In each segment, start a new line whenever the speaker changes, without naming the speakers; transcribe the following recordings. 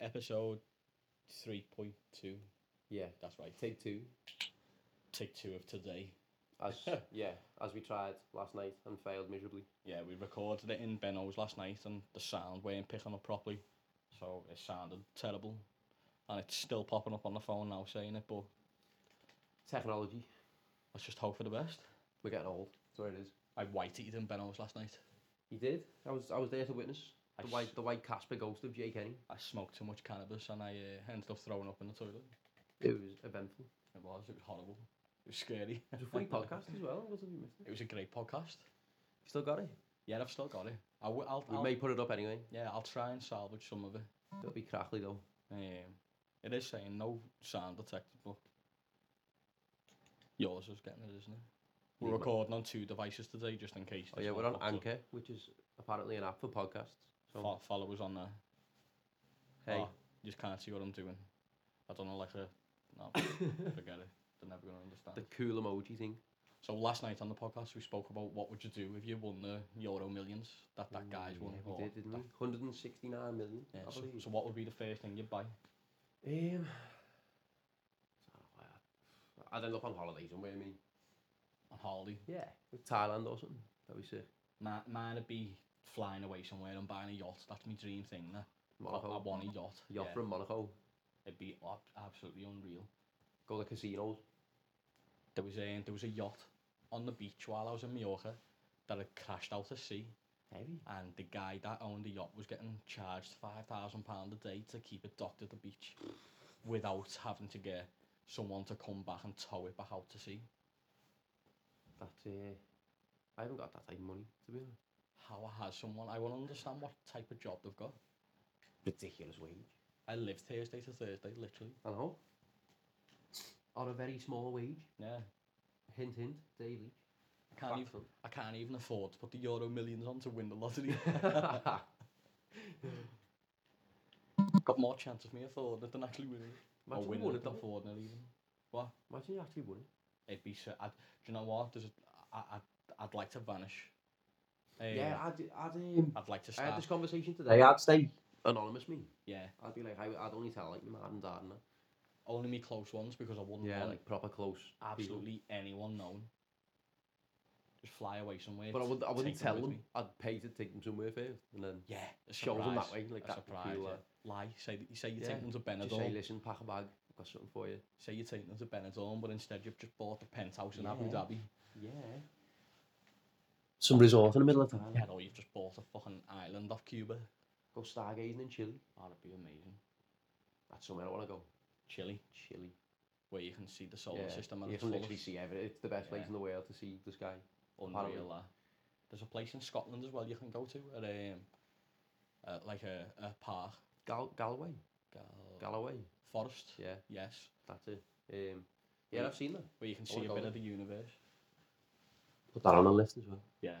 Episode 3.2.
Yeah.
That's right.
Take two.
Take two of today.
As yeah, as we tried last night and failed miserably.
Yeah, we recorded it in Benno's last night and the sound weren't picking up properly. So it sounded terrible. And it's still popping up on the phone now saying it, but
Technology.
let's just hope for the best.
We're getting old. That's what it is.
I white-eated in Benno's last night.
He did. I was I was there to witness
I
the
s-
white the white Casper ghost of Jay Kenny.
I smoked too much cannabis and I uh, ended up throwing up in the toilet.
It was eventful.
It was, it was horrible. It was scary.
It was a funny podcast as well. What have you missed? It?
It was a great podcast.
You still got it.
Yeah, I've still got it. I w- I'll,
We
I'll-
may put it up anyway.
yeah, I'll try and salvage some of it.
It'll be crackly though.
Um, it is saying no sound detected, but yours is getting it, isn't it? We're
Yeah, but-
recording on two devices today, just in case.
Oh
this
yeah,
one
we're on
pops up.
Anchor, which is apparently an app for podcasts. So
Fo- follow us on there.
hey,
Oh, you just can't see what I'm doing. I don't know, like a no, forget it. They're never gonna understand.
the cool emoji thing.
So last night on the podcast, we spoke about what would you do if you won the Euro Millions that that guy's won.
Mm, Yeah,
or
we did, didn't
that-
we? 169 million.
Yeah,
I
so,
believe.
so what would be the first thing you'd buy?
Um, I'd end up on holiday somewhere, I mean.
On holiday?
Yeah. Thailand or something. That'd be sick.
Ma- mine'd be flying away somewhere and buying a yacht. That's my dream thing. That I, I
Monaco.
want a yacht.
Yacht
yeah.
from Monaco.
It'd be ab- absolutely unreal.
Go to casinos.
There was a there was a yacht on the beach while I was in Mallorca that had crashed out to sea,
Heavy.
and the guy that owned the yacht was getting charged five thousand pound a day to keep it docked at the beach, without having to get someone to come back and tow it back out to sea.
That's, uh, I haven't got that type of money, to be honest.
How has someone? I will understand what type of job they've got.
Ridiculous wage.
I live Thursday to Thursday, literally.
I know. On a very small wage.
Yeah.
Hint, hint. Daily.
I can't
Fuck
even.
them.
I can't even afford to put the Euro Millions on to win the lottery. Got more chance of me affording it than actually winning. it.
Imagine
or
you
winning
won
it
it,
than
though.
affording it even. What?
Imagine you actually won it.
It'd be so. I'd, do you know what? There's. A, I, I'd, I'd like to vanish. Um,
Yeah, I'd, I'd, um,
I'd like to
I had
start.
this conversation today. I'd stay anonymous, me.
yeah.
I'd be like, I, I'd only tell like my mum and dad and that.
Only me close ones because I wouldn't
Yeah,
want
like proper close. people.
absolutely anyone known. Just fly away somewhere.
But I
t-
wouldn't, I wouldn't
take
tell
with
them.
me.
I'd pay to take them somewhere first, and then
Yeah. A
show them
surprise.
that way, like
a
that would
surprise.
feel,
yeah.
uh,
Lie. Say that you say you
Yeah,
take them to Benidorm.
just say, listen, pack a bag. I've got something for you.
Say you're taking them to Benidorm, but instead you've just bought the penthouse in Abu
Yeah.
Dhabi.
Yeah. Some resort in the middle of town.
Yeah, or you've just bought a fucking island off Cuba.
Go stargazing in Chile.
Oh, that'd be amazing.
That's somewhere I want to go.
Chile,
Chile.
where you can see the solar
yeah.
system and
you
it's
can
full
literally
of
see everything. It's the best place
Yeah.
in the world to see the sky.
unreal. that. There's a place in Scotland as well you can go to at um, uh, like a, a park,
Gal- Galway.
Gal-
Galloway.
forest.
Yeah,
Yes,
that's it. Um, yeah, I've seen that.
where you can
I wanna
see a
go
bit
there.
of the universe.
Put that on a list as well.
Yeah.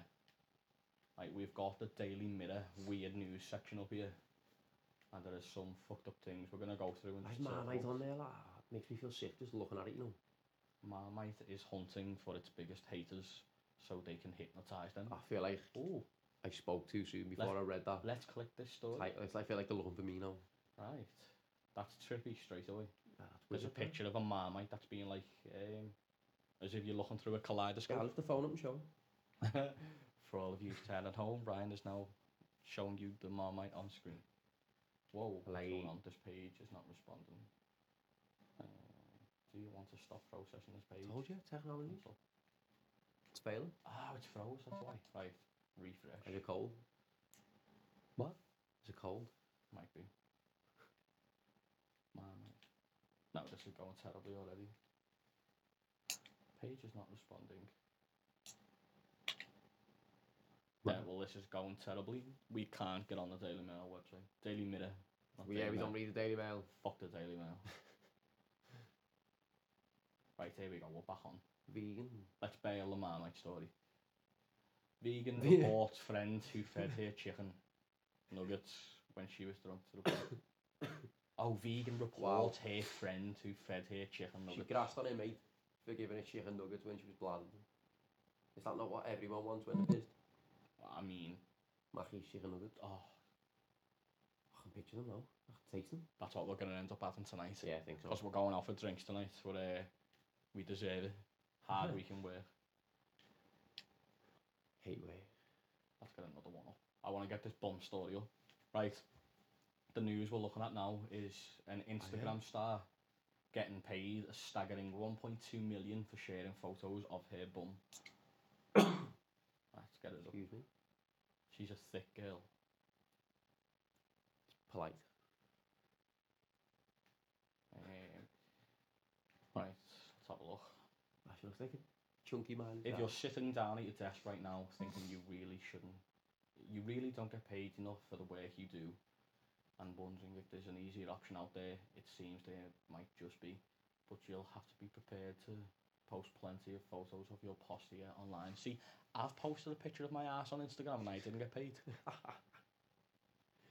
Like we've got the Daily Mirror weird news section up here, and there is some fucked up things we're gonna go through and
There's
just talk
Marmite
about.
on there, like, ah, makes me feel sick just looking at it, you know.
Marmite is hunting for its biggest haters so they can hypnotize them.
I feel like
Oh,
I spoke too soon before I read that.
let's click this story.
Like, it's- I feel like they're looking for me now.
Right. That's trippy straight away.
Ah, that's
There's a
weird, man.
picture of a marmite that's being like, um, as if you're looking through a
Yeah, I'll
kaleidoscope.
lift the phone up and show 'em.
For all of you ten at home, Ryan is now showing you the marmite on screen. Whoa, what's going
Like-
on? This page is not responding. Uh, do you want to stop processing this page?
Told you, technology. It's failing.
Ah, it's froze, that's why. Right, refresh.
Is it cold?
What?
Is it cold?
Might be. Marmite. No, this is going terribly already. Page is not responding. Yeah,
Right.
well, this is going terribly. We can't get on the Daily Mail website. Daily Mirror. not
yeah,
Daily
we don't
Mail.
read the Daily Mail.
Fuck the Daily Mail. right, here we go. We're back on.
Vegan.
Let's bail the Marmite story. Vegan
Yeah.
reports friend who fed her chicken nuggets when she was drunk to the point. oh, vegan reports her friend who fed her chicken
She
nuggets.
grassed on her mate for giving her chicken nuggets when she was bladded. Is that not what everyone wants when they're pissed?
I mean,
Mackey's chicken nuggets.
oh,
Oh, can picture them now. I can taste them.
That's what we're going to end up having tonight.
Yeah, I think so.
Because we're going out for drinks tonight. We're, uh, we deserve it. Hard weekend work.
Hate way.
Let's get another one up. I want to get this bomb story up. Right. The news we're looking at now is an Instagram star getting paid a staggering 1.2 million for sharing photos of her bum. Let's get it up.
Excuse me.
She's a thick girl.
Polite.
Um, right, let's have a look.
Ah, She looks like a chunky man.
If you're sitting down at your desk right now thinking you really shouldn't, you really don't get paid enough for the work you do, and wondering if there's an easier option out there, it seems there might just be. But you'll have to be prepared to post plenty of photos of your posture online. See, I've posted a picture of my ass on Instagram and I didn't get paid.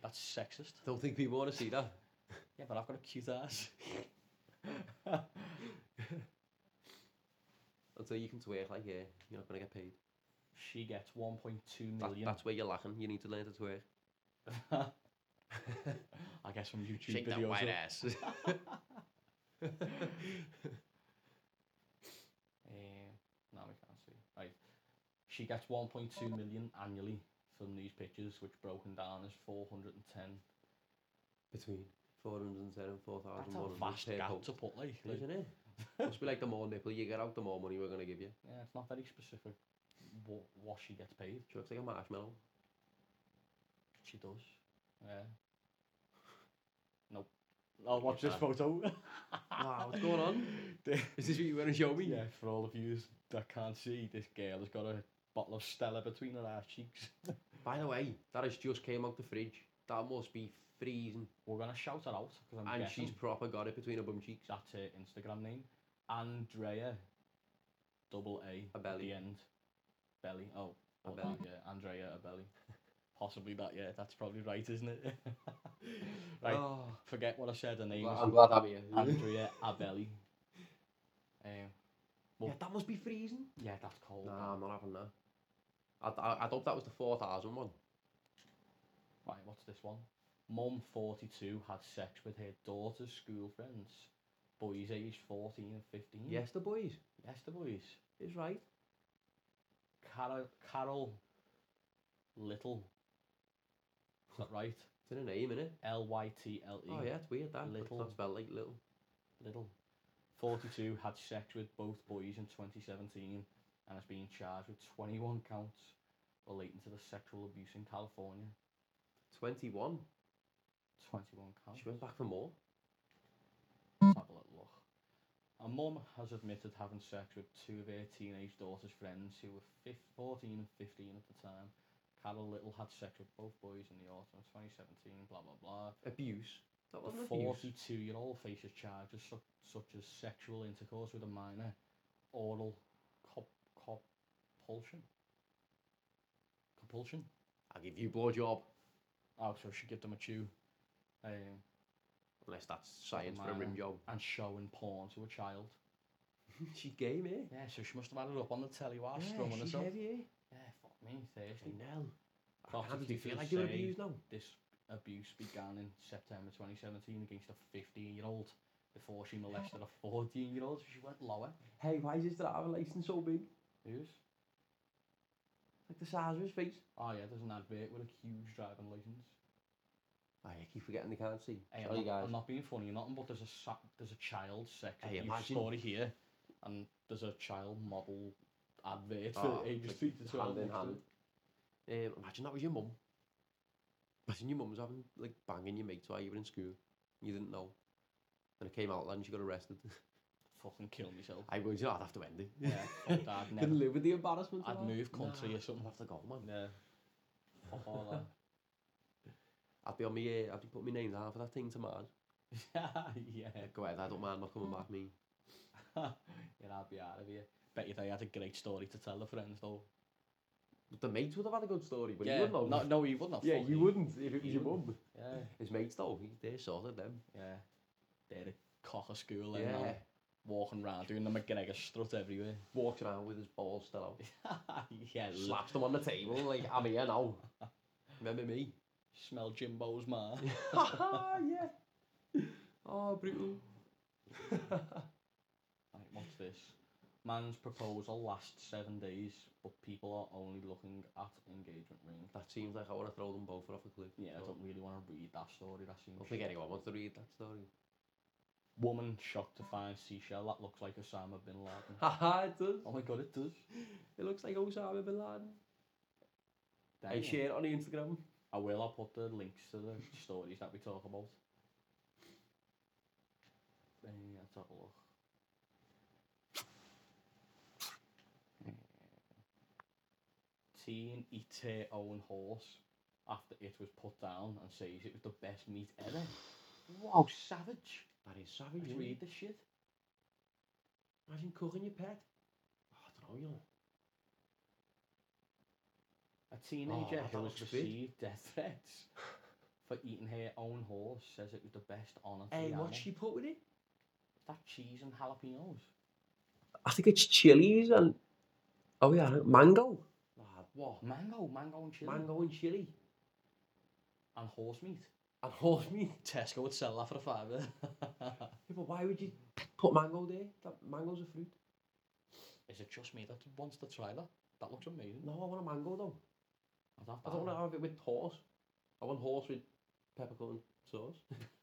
That's sexist.
Don't think people want to see that.
Yeah, but I've got a cute ass.
Until you can twerk like yeah, you're not gonna get paid.
she gets 1.2
That,
million.
that's where you're lacking. You need to learn to twerk.
I guess from YouTube videos. or-
ass.
Um, no, we can't see. Right. She gets 1.2 million annually from these pictures, which broken down is 410.
Between 410 and
That's a
4,100
vast
per
gap
post,
to put, like. like,
isn't it? Must be like the more nipple you get out, the more money we're gonna give you.
yeah, it's not very specific what, what she gets paid.
She looks like a marshmallow.
She does. Yeah. Nope. I'll watch this
that.
photo.
wow, what's going on? Is this what you want to show me?
yeah, for all of you that can't see, this girl has got a bottle of Stella between her ass cheeks.
By the way, that has just came out the fridge. That must be freezing.
We're going to shout her out because I'm
and
guessing.
she's proper got it between her bum cheeks.
that's her Instagram name. Andrea, double A, at
Abelli.
the end. Belly. Oh, or that,
Abelli.
yeah, Andrea Abelli. Possibly that, yeah, that's probably right, isn't it? right,
Oh,
forget what I said, her name
I'm
is
glad I'm here.
Andrea Abelli. Um,
yeah, that must be freezing.
yeah, that's cold.
Nah, I'm not having that. I, I, I thought that was the 4,000 one.
Right, what's this one? Mum 42 had sex with her daughter's school friends, boys aged 14 and 15.
Yes, the boys.
Yes, the boys.
Hmm. It's right.
Carol, Carol Little. Is that right?
It's in a name, innit?
L Y T L E.
Oh, yeah, it's weird that. Little. It's
Little.
not spelled like little.
Little. 42 had sex with both boys in 2017 and has been charged with 21 counts relating to the sexual abuse in California.
21.
21 counts.
She went back for more.
Let's have a little look. A mum has admitted having sex with two of her teenage daughter's friends who were fif- 14 and 15 at the time. Carol Little had sex with both boys in the autumn of 2017, blah blah blah.
Abuse. That
The
wasn't abuse.
42 year old faces charges such, such as sexual intercourse with a minor, oral cop, compulsion. Compulsion?
I'll give you a blowjob.
Oh, so she give them a chew. Um,
Unless that's science for a
minor.
rim job.
and showing porn to a child.
she gave me.
Yeah, so she must have had it up on the telly while strumming
Yeah, Mm. she's
herself.
heavy, eh?
Yeah, fuck me, thirsty.
Fucking hell. I can't- Do you
Prosecutors
feel like you're
say-
abused now?
This abuse began in September 2017 against a 15 year old before she molested a 14 year old, so she went lower.
Hey, why is his driver license so big?
Who's?
Like the size of his face.
Oh yeah, there's an advert with a huge driving license.
Oh, I keep forgetting they can't see.
Hey,
Sorry,
I'm, not,
guys.
I'm not being funny or nothing, but there's a sa- there's a child sex
Hey,
abuse
imagine-
story here, and there's a child model advert
Ah,
for ages
like
three to twelve.
hand in
next to
hand.
it.
Um, imagine that was your mum. Imagine your mum was having like banging your mates while you were in school. and You didn't know. And it came out and she got arrested.
Fucking kill myself.
I would, you know, I'd have to end it.
Yeah, fuck that, I'd
Couldn't
never.
live with the embarrassment. of
I'd
that.
move country
Nah,
or something.
I'd have to go, man.
Yeah. Fuck all
I'd be on my, uh, I'd be putting my name down for that thing tomorrow.
that. yeah.
Go ahead, I don't mind not coming back, me.
yeah, I'll be out of here. Bet you they had a great story to tell the friends though.
But the mates would have had a good story, but you
yeah,
wouldn't
no,
have.
no, he wouldn't have.
yeah,
fuck,
you
he-
wouldn't if it was
you
your
wouldn't.
mum.
Yeah,
His mates though, he, they sorted them.
yeah. They're a cock of school then,
Yeah.
now, walking round doing the McGregor strut everywhere.
Walks around with his balls still out.
yeah,
Slaps them on the table, like, I'm here now. Remember me?
Smell Jimbo's ma.
yeah. Oh, brutal.
Right, what's this? Man's proposal lasts seven days, but people are only looking at engagement ring.
That seems like I want to throw them both off a cliff.
Yeah, I
So,
don't really want to read that story. That seems.
I don't think anyone wants to read that story.
Woman shocked to find seashell that looks like Osama bin Laden.
Haha, it does.
oh my god, it does.
It looks like Osama bin Laden. I
Damn.
share it on Instagram.
I will. I'll put the links to the stories that we talk about. Uh, let's have a look. Eh. Teen eats her own horse after it was put down and says it was the best meat ever. Wow, savage!
That is
Did
savage.
you
isn't it?
read this shit?
Imagine cooking your pet. Oh, I don't know, you know.
A teenager
Oh, that
who has
looks big.
received death threats for eating her own horse says it was the best honour to
Hey,
the
what's
animal.
she put with it?
That cheese and jalapenos.
I think it's chilies and oh yeah, mango. Ah, what?
Mango, mango and chili.
Mango and chili
and horse meat.
and oh, horse meat.
Tesco would sell that for a fiver.
Yeah, but why would you put mango there? That mango's a fruit.
Is it just me that wants to try that? That looks amazing.
No, I want a mango though.
Is that
I don't
bad?
want to have it with horse. I want horse with peppercorn sauce.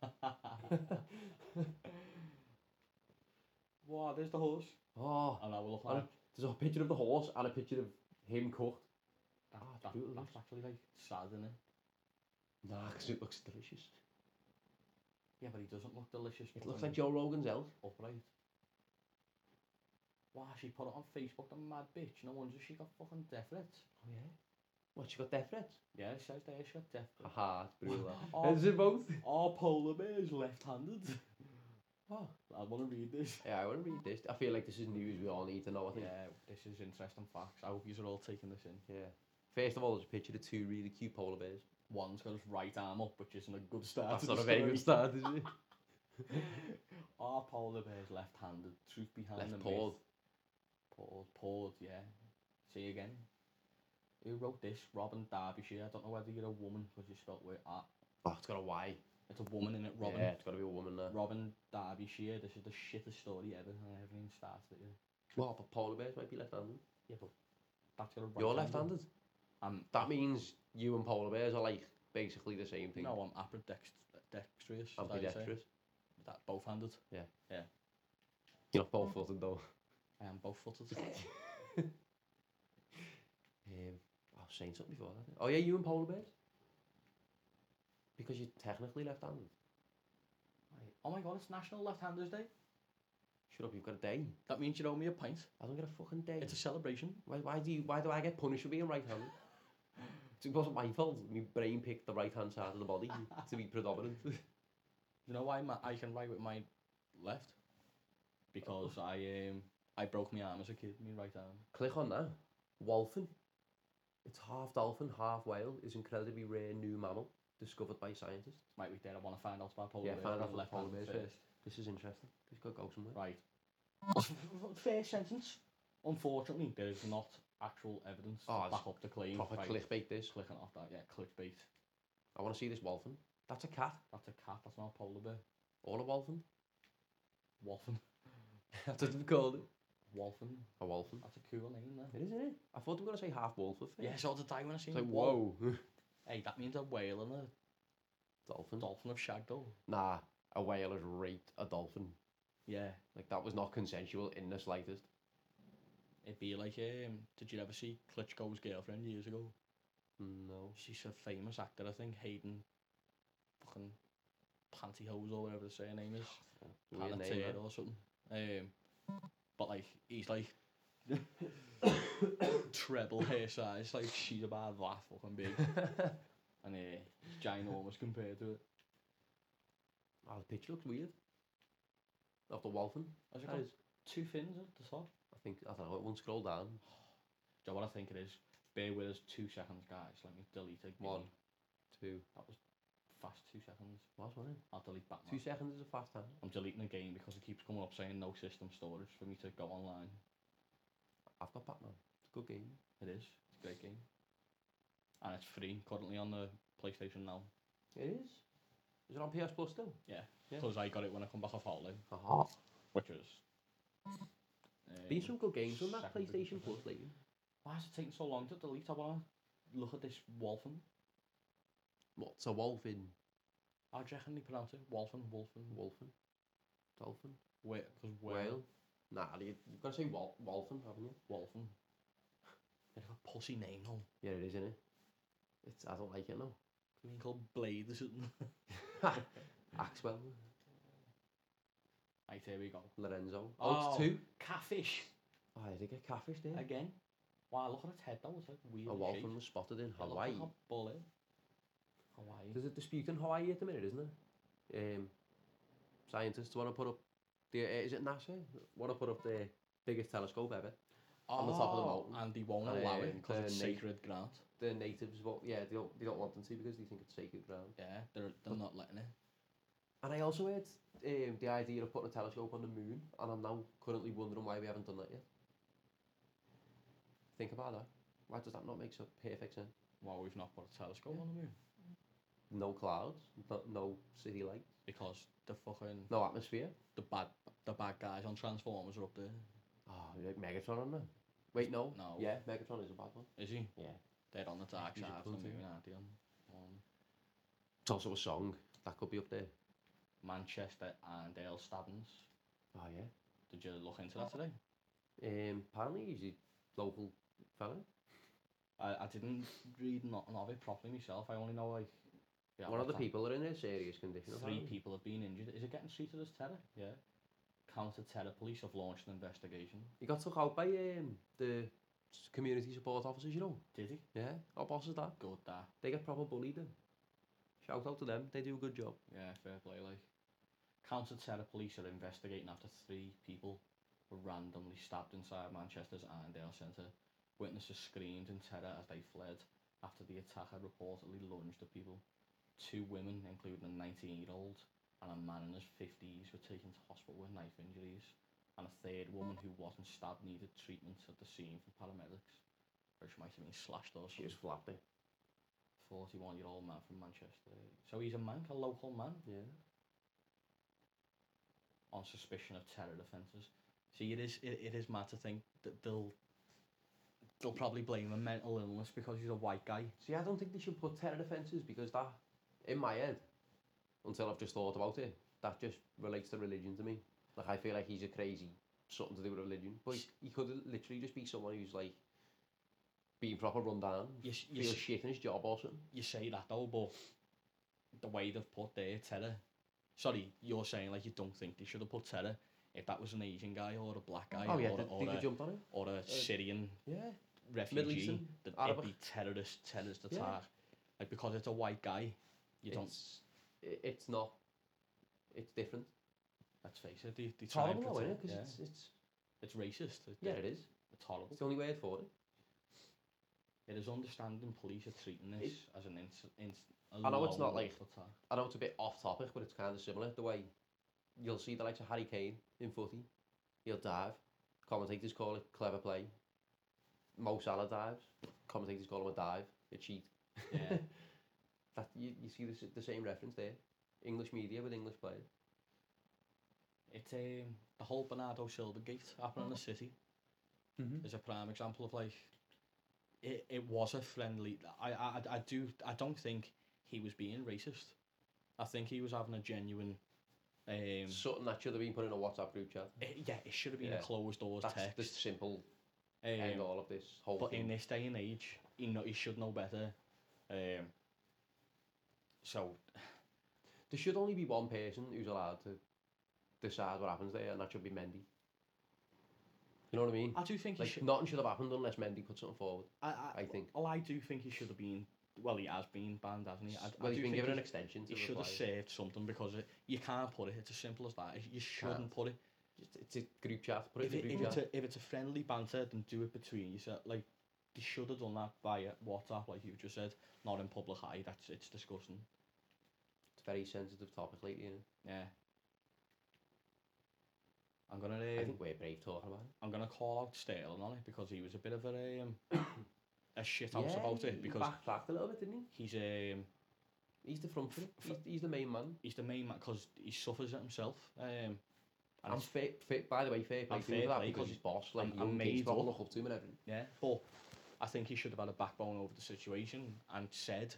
wow, there's the horse.
oh,
And I will look
and
like
a- there's a picture of the horse and a picture of him cooked.
that,
ah, it's
that,
beautiful,
that's actually like sad, isn't it?
Nah, because it looks delicious.
Yeah, but he doesn't look delicious.
It
but
looks
when
like Joe Rogan's elf.
upright. Wow, she put it on Facebook, the mad bitch. No wonder she got fucking death threats.
Oh yeah. What? She got death threats?
Yeah, it says there she got death threats.
Haha, it's brutal.
Oh.
Is it both?
Our polar bear's left-handed.
Oh.
I want to read this.
Yeah, I want to read this. I feel like this is news we all need to know. I think.
Yeah, this is interesting facts. I hope you are all taking this in.
Yeah. First of all, there's a picture of two really cute polar bears.
One's got his right arm up, which isn't a good start.
That's
to the
not a very good
story.
start, is it?
Our polar bear's left-handed. Truth behind the
Left
myth.
pawed.
Pawed, pawed, yeah. See again. Who wrote this? Robin Derbyshire. I don't know whether you're a woman because you spelt with at.
Oh, it's got a Y.
It's a woman in it, Robin.
Yeah, it's got to be a woman uh, there.
Robin Derbyshire. This is the shittest story ever. and I haven't even started it yet.
Well, but polar bears might be left-handed.
Yeah, but that's got a right
You're left-handed.
I'm,
That means you and polar bears are like basically the same thing.
no, I'm ambidextrous. is that how you say it?
ambidextrous.
That both-handed.
You're not both-footed though.
I am both-footed.
Um, I was saying something before that. Oh yeah, you and polar bears. Because you're technically left-handed.
oh my god, it's National Left-Handers Day.
Shut up, you've got a day.
That means you owe me a pint.
I don't get a fucking day.
It's a celebration.
Why, why do you, why do I get punished for being right-handed? it wasn't my fault. My brain picked the right-hand side of the body to be predominant.
You know why my, I can write with my left? Because
Oh.
I um I broke my arm as a kid, my right arm.
Click on that. Wolfen. It's half dolphin, half whale. Is incredibly rare new mammal discovered by scientists.
Might be dead. I want to find out about polar
Yeah,
bears.
find out
I'm
about polar
left-handed
bears This is interesting. This could go somewhere.
Right. First sentence. Unfortunately, there is not actual evidence
Oh,
to
it's
back up the claim.
Proper
Right,
clickbait. This.
Clicking off that, yeah, clickbait.
I want to see this wolfen. That's a cat.
That's a cat. That's not a polar bear.
All a wolfen.
Wolfen.
That's what they've called it.
Wolfen.
A wolfen.
That's a cool name there.
It is, isn't it? I thought they were gonna say half wolf at first.
Yeah, so did I when I seen
It's like
wol-
whoa.
Hey, that means a whale and a
dolphin.
dolphin have shagged all.
nah, a whale has raped a dolphin.
Yeah.
Like that was not consensual in the slightest.
It'd be like, um, did you ever see Klitschko's girlfriend years ago?
No.
She's a famous actor, I think, Hayden fucking Pantyhose or whatever the surname is.
Weird name,
Panettiere or something. Um, but like, he's like treble her size, like she's about that fucking big.
that.
And uh, it's ginormous compared to it.
oh, the picture looks weird. Of the wolfen.
Has it
That
got
is.
two fins at the top?
I think I don't know. It won't scroll down.
Do you know what I think it is? Bear with us two seconds, guys. Let me delete it.
One. Two.
That was fast two seconds.
What was it?
I'll delete Batman.
Two seconds is a fast time.
I'm deleting the game because it keeps coming up saying no system storage for me to go online.
I've got Batman. It's a good game.
It is. It's a great game. And it's free currently on the PlayStation now.
It is. Is it on PS Plus still? Yeah.
Because I got it when I come back off holiday,
Aha.
which is. um,
Been some good games on that
second to
PlayStation
confirm.
Plus lately.
Why is it taking so long to delete? I want to look at this Wolfen.
What's a wolf in
How do you reckon they pronounce it? Wolfen, Wolfen,
Wolfen? Dolphin?
Whale. Because
Whale? Nou,
whale,
Nah, you- you've got to say wol- Wolfen, haven't you?
Wolfen. Bit of a pussy name, though.
Yeah, it is, isn't it? It's, I don't like it, no.
Being called Blade or something.
Axwell.
Right, here we go.
Lorenzo. Oh, it's
Oh.
two.
Catfish
Oh, they did get catfish there.
again. Wow, look at its head though. It's like weird.
A
shape.
Wolfen was spotted in
It looks
Hawaii.
Like a bullet. Hawaii.
There's a dispute in Hawaii at the minute, isn't there? Um, scientists want to put up the uh, is it NASA want to put up the biggest telescope ever. on the top of the
Oh,
mountain.
And they won't
Oh,
allow
yeah,
it because
they're
it's
na-
sacred ground.
The natives, what? Yeah, they don't they don't want them to because they think it's sacred ground.
Yeah, they're, they're not letting it.
And I also heard um, the idea of putting a telescope on the moon, and I'm now currently wondering why nou we haven't done that yet. Think about that. Why does that not make so perfect sense?
Well, we've not put a telescope
Yeah.
on the moon.
No clouds, no, no city lights,
Because the fucking
no atmosphere.
the bad the bad guys on Transformers are up there.
Oh, you like Megatron on there. Wait, no.
No.
Yeah, Megatron is a bad one.
Is he?
Yeah.
They're on the dark
He's a
side of the
cunt, isn't
moon,
he?
aren't they? Um, On, on
It's also a song that could be up there.
Manchester and Dale Stabbins.
Oh yeah.
Did you look into
Oh.
that today?
Um, apparently he's a local fella.
I, I didn't read nothing of it properly myself. I only know like yeah,
One of the
what's that?
people that are in a serious condition.
Three
apparently.
people have been injured. Is it getting treated as terror? Yeah. Counter terror police have launched an investigation.
He got took out by um, the s- community support officers, you know.
Did he?
Yeah, our bosses that.
Good that.
They get proper bullied then. Shout out to them, they do a good job.
Yeah, fair play. Like, counter terror police are investigating after three people were randomly stabbed inside Manchester's Irondale Centre. Witnesses screamed in terror as they fled after the attack had reportedly lunged at people. Two women, including a 19 year old and a man in his 50s, were taken to hospital with knife injuries. And a third woman who wasn't stabbed needed treatment at the scene from paramedics, which might have been slashed or
She
something.
was flapping.
41 year old man from Manchester. So he's a man, a local man.
Yeah.
on suspicion of terror offences. See, it is it, it is mad to think that they'll they'll probably blame a mental illness because he's a white guy.
See, I don't think they should put terror offences because that, in my head, until I've just thought about it, that just relates to religion to me. Like, I feel like he's a crazy, something to do with religion. But he, he could literally just be someone who's like, being proper run down,
You s- you
feels
s-
shit in his job or something.
You say that though, but the way they've put their terror. Sorry, you're saying like you don't think they should have put terror if that was an Asian guy or a black guy
oh, yeah,
or,
they,
a, or,
they could
a,
jump on it.
or a Syrian
Yeah. Middle
refugee.
Eastern,
That it'd
Arab.
be terrorist terrorist
Yeah.
attack. Like because it's a white guy, you don't.
It's, i- it's not, it's different.
Let's face it, they, they
It's
try and
horrible though, isn't it?
protect-
Because
yeah.
it's, it's,
it's racist. It-
yeah, it is.
it's horrible.
It's the only way for it.
It is understanding police are treating this as an inc- inc-
I know it's not
lone
like-
wolf attack.
I know it's a bit off topic, but it's kind of similar. The way you'll see the likes of Harry Kane in footy, he'll dive. Commentators call it clever play. Mo Salah dives. Commentators call him a dive, a cheat.
Yeah.
that you, you see the, s- the same reference there. English media with English players.
it's um, the whole Bernardo Silva gate happening in the city
Mm-hmm.
is a prime example of like it, it was a friendly I, I I do I don't think he was being racist. I think he was having a genuine um
Something that should have been put in a WhatsApp group chat.
it- yeah, it should have been a
Yeah.
closed doors
That's the
text.
simple
um,
end all of this whole
But
thing.
in this day and age, he know, he should know better. Um, so
There should only be one person who's allowed to decide what happens there, and that should be Mendy. You know what I mean?
I do think he
Like
should
nothing should have happened unless Mendy put something forward.
I,
I think.
Well, I do think he should have been. Well, he has been banned, hasn't he? I,
well,
I
he's
do
been
think
given an
he-
extension. To
he should have saved something because it, you can't put it. It's as simple as that. You shouldn't
Can't.
put it.
It's a group chat. Put it
If,
in
it,
the
if,
group
it's
chat.
a, if it's a friendly banter, then do it between yourself. Like they should have done that via WhatsApp, like you just said, not in public eye. That's it's disgusting.
It's a very sensitive topic lately. You
Yeah. I'm gonna.
know? I
Um,
think we're brave talking about it.
I'm gonna call out Sterling on it because he was a bit of a um, a shit house
Yeah,
about
he-
it because
he backtracked a little bit, didn't he?
he's um
He's the front man. He's, he's the main man.
He's the main man because he suffers it himself. Um, and
And,
it's,
fair, fair, by the way, fair play
And
to him
fair
for that
play,
because
'cause
he's boss. Like,
and-
you
and
and kids
made
all
up.
look up to him and everything.
yeah, but I think he should have had a backbone over the situation and said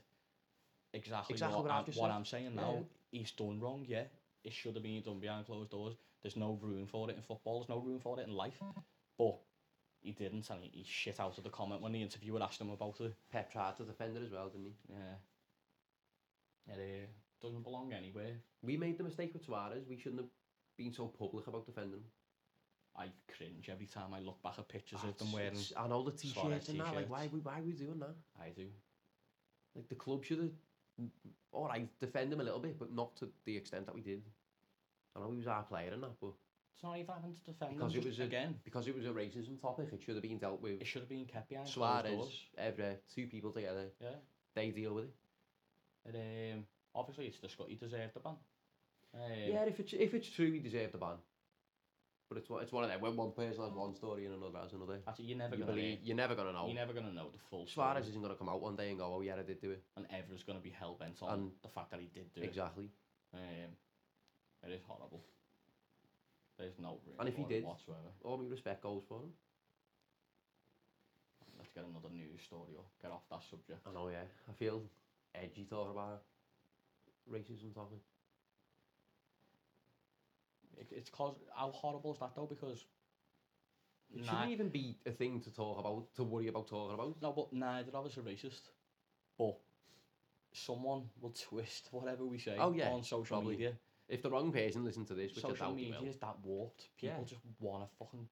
exactly,
Exactly
what,
what I've
I'm,
just
what
said.
I'm saying now. He's done wrong. Yeah, it should have been done behind closed doors. There's no room for it in football. There's no room for it in life. But he didn't, and he, he shit out of the comment when the interviewer asked him about it.
Pep tried to defend it as well, didn't he?
Yeah, it uh, doesn't belong anywhere.
We made the mistake with Suarez. We shouldn't have been so public about defending him.
I cringe every time I look back at pictures of them
Ah, It's-
wearing.
it's- And all the t
Suarez
shirts and that. Like, why,
t-shirts.
we, why are we doing that?
I do.
Like, the club should have. All right, defend him a little bit, but not to the extent that we did. I know he was our player and that, but
It's not even having to defend
Because
them.
it was a-
again.
because it was a racism topic, it should have been dealt with.
It should have been kept behind closed
Suarez,
doors.
Evra, two people together,
Yeah.
they deal with it.
And, um, obviously, it's disgusting. He deserved the ban. Um,
Yeah, if it's if it's true, he deserved the ban. But it's one- it's one of them. When one person has one story and another has another,
Actually, you're never
you
gonna.
believe,
know-
you're never gonna know.
You're never gonna know the full
Suarez
story,
isn't gonna come out one day and go, "Oh yeah, I did do it."
and Evra's gonna be hell bent on
And-
the fact that he did do
Exactly.
it. Um, it is horrible. There's no room
And if he
for it
did-
whatsoever.
All my respect goes for him.
Let's get another news story or get off that subject.
I know. Yeah, I feel edgy talking about racism topic.
It, it's cause how horrible is that though? Because
It
ni-
shouldn't even be a thing to talk about, to worry about talking about.
No, but neither of us are racist. But someone will twist whatever we say
Oh, yeah,
on social
probably.
media.
If the wrong person listens to this, which I
social
doubt
media
they will.
is that warped. People
Yeah.
just want to fucking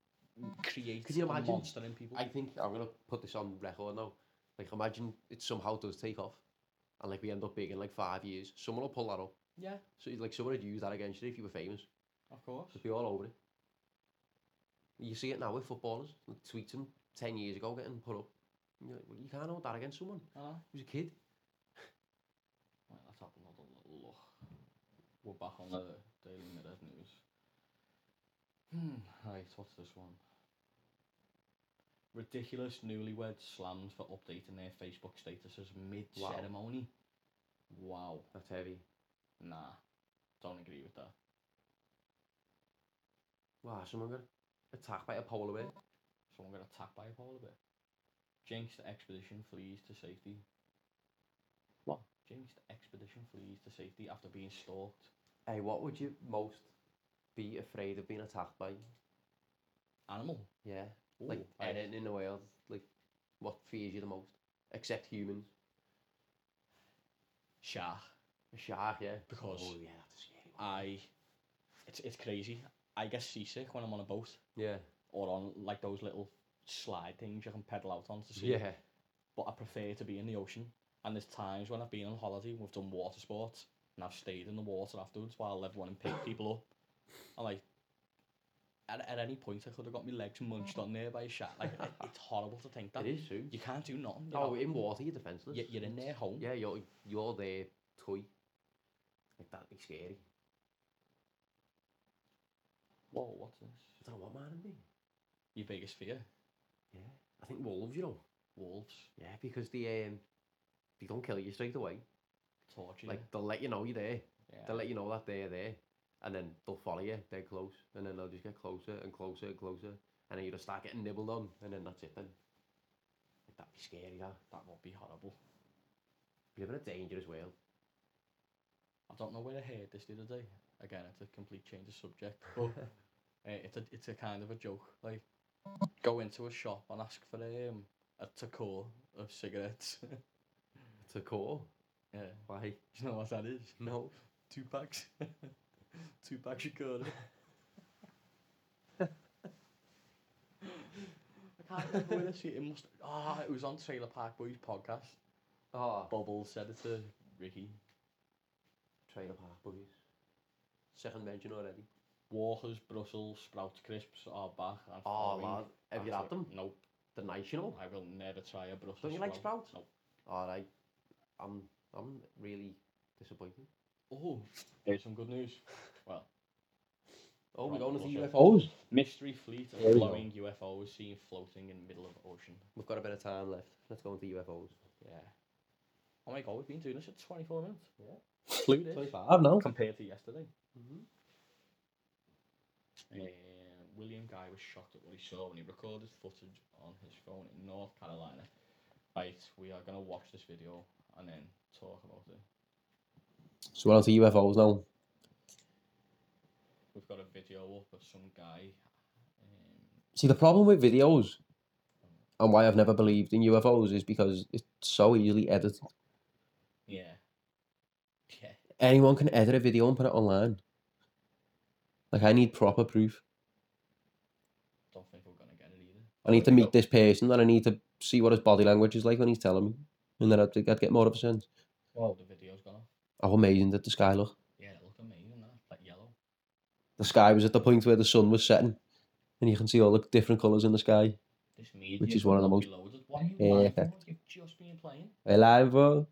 create
Could you
a
imagine?
monster in people.
I think I'm gonna put this on record now. Like, imagine it somehow does take off, and like we end up big in like five years. Someone will pull that up.
yeah,
So you'd, like someone would use that against you if you were famous.
of course.
It'd be all over it. You see it now with footballers. Like, tweets them ten years ago getting put up. And you're like, well, you can't hold that against someone
Aye.
who's a kid.
Right, let's have another little look. We're back on the Daily Mirror news. Hmm, right, what's this one? Ridiculous newlyweds slammed for updating their Facebook statuses mid
Wow.
ceremony. wow.
That's heavy.
Nah, don't agree with that.
Wow, someone got attacked by a polar bear.
Someone got attacked by a polar bear. Jinxed expedition flees to safety.
What?
Jinxed expedition flees to safety after being stalked.
Hey, what would you most be afraid of being attacked by?
Animal.
Yeah,
Ooh,
like
right.
anything in the world. Like, what fears you the most? Except humans.
Shark.
A shark, yeah.
Because-
Oh yeah, that's a scary. One.
I. It's it's crazy. I get seasick when I'm on a boat
Yeah.
or on like those little slide things you can pedal out on to see.
Yeah.
But I prefer to be in the ocean. And there's times when I've been on holiday and we've done water sports and I've stayed in the water afterwards while everyone and picked people up. And like, at, at any point I could have got my legs munched on there by a shark. Like it- it's horrible to think that.
it is true.
You can't do nothing. you
Oh,
know.
in water, you're defenseless.
You- you're in their home.
Yeah, you're you're their toy. Like that'd be scary.
Whoa, what's this?
I don't know what man would be.
Your biggest fear?
Yeah. I think wolves, you know.
Wolves,
Yeah, because they um they don't kill you straight away.
torture.
Like they'll let you know you're there.
yeah.
They'll let you know that they're there. And then they'll follow you, they're close, and then they'll just get closer and closer and closer. And then you just start getting nibbled on and then that's it then. Like that'd be scary that.
that would be horrible.
We live in a dangerous world.
I don't know where I heard this the other day. Again, it's a complete change of subject, but uh, it's a it's a kind of a joke. Like, go into a shop and ask for um, a taco of cigarettes.
It's a core.
yeah,
Why?
you know what that is?
No.
Two packs, two packs of cola. I can't remember where I see it. It must. Ah, it was on Trailer Park Boys podcast.
Oh,
Bubble said it to Ricky.
Trailer Park Boys. Second mention already.
Walkers, Brussels, Sprouts crisps are back. And
Oh,
flowering.
lad. Have you
That's
had
it.
them?
Nope.
The nice, you know.
I will never try a Brussels
Don't you like sprouts?
Nope.
All right. I'm, I'm really disappointed.
Oh, there's some good news. Well,
Oh,
Right,
we're going to see
bullshit.
UFOs.
mystery fleet of
There you go.
glowing UFOs seen floating in middle of ocean.
We've got a bit of time left. Let's go into UFOs.
Yeah. Oh my god, we've been doing this for 24 minutes.
Yeah.
Flew this.
25 now.
Compared to yesterday.
Mhm.
Um, William Guy was shocked at what he saw when he recorded footage on his phone in North Carolina. Right, we are going to watch this video and then talk about it.
So we're on to UFOs now.
We've got a video up of some guy. Um,
See, the problem with videos and why I've never believed in UFOs is because it's so easily edited.
yeah. Yeah.
Anyone can edit a video and put it online. Like, I need proper proof.
Don't think we're going to get it either.
I need to meet this person and I need to see what his body language is like when he's telling me. And then I'd, think I'd get more of a sense.
Oh, the video's gone off.
How amazing did the sky look?
Yeah, it looked amazing, that. Like yellow.
The sky was at the point where the sun was setting. And you can see all the different colours in the sky.
This media
Which is one of the
cannot
most-
be loaded. What are you
Yeah,
lying for?
effect.
You've just been playing.
Alive, bro.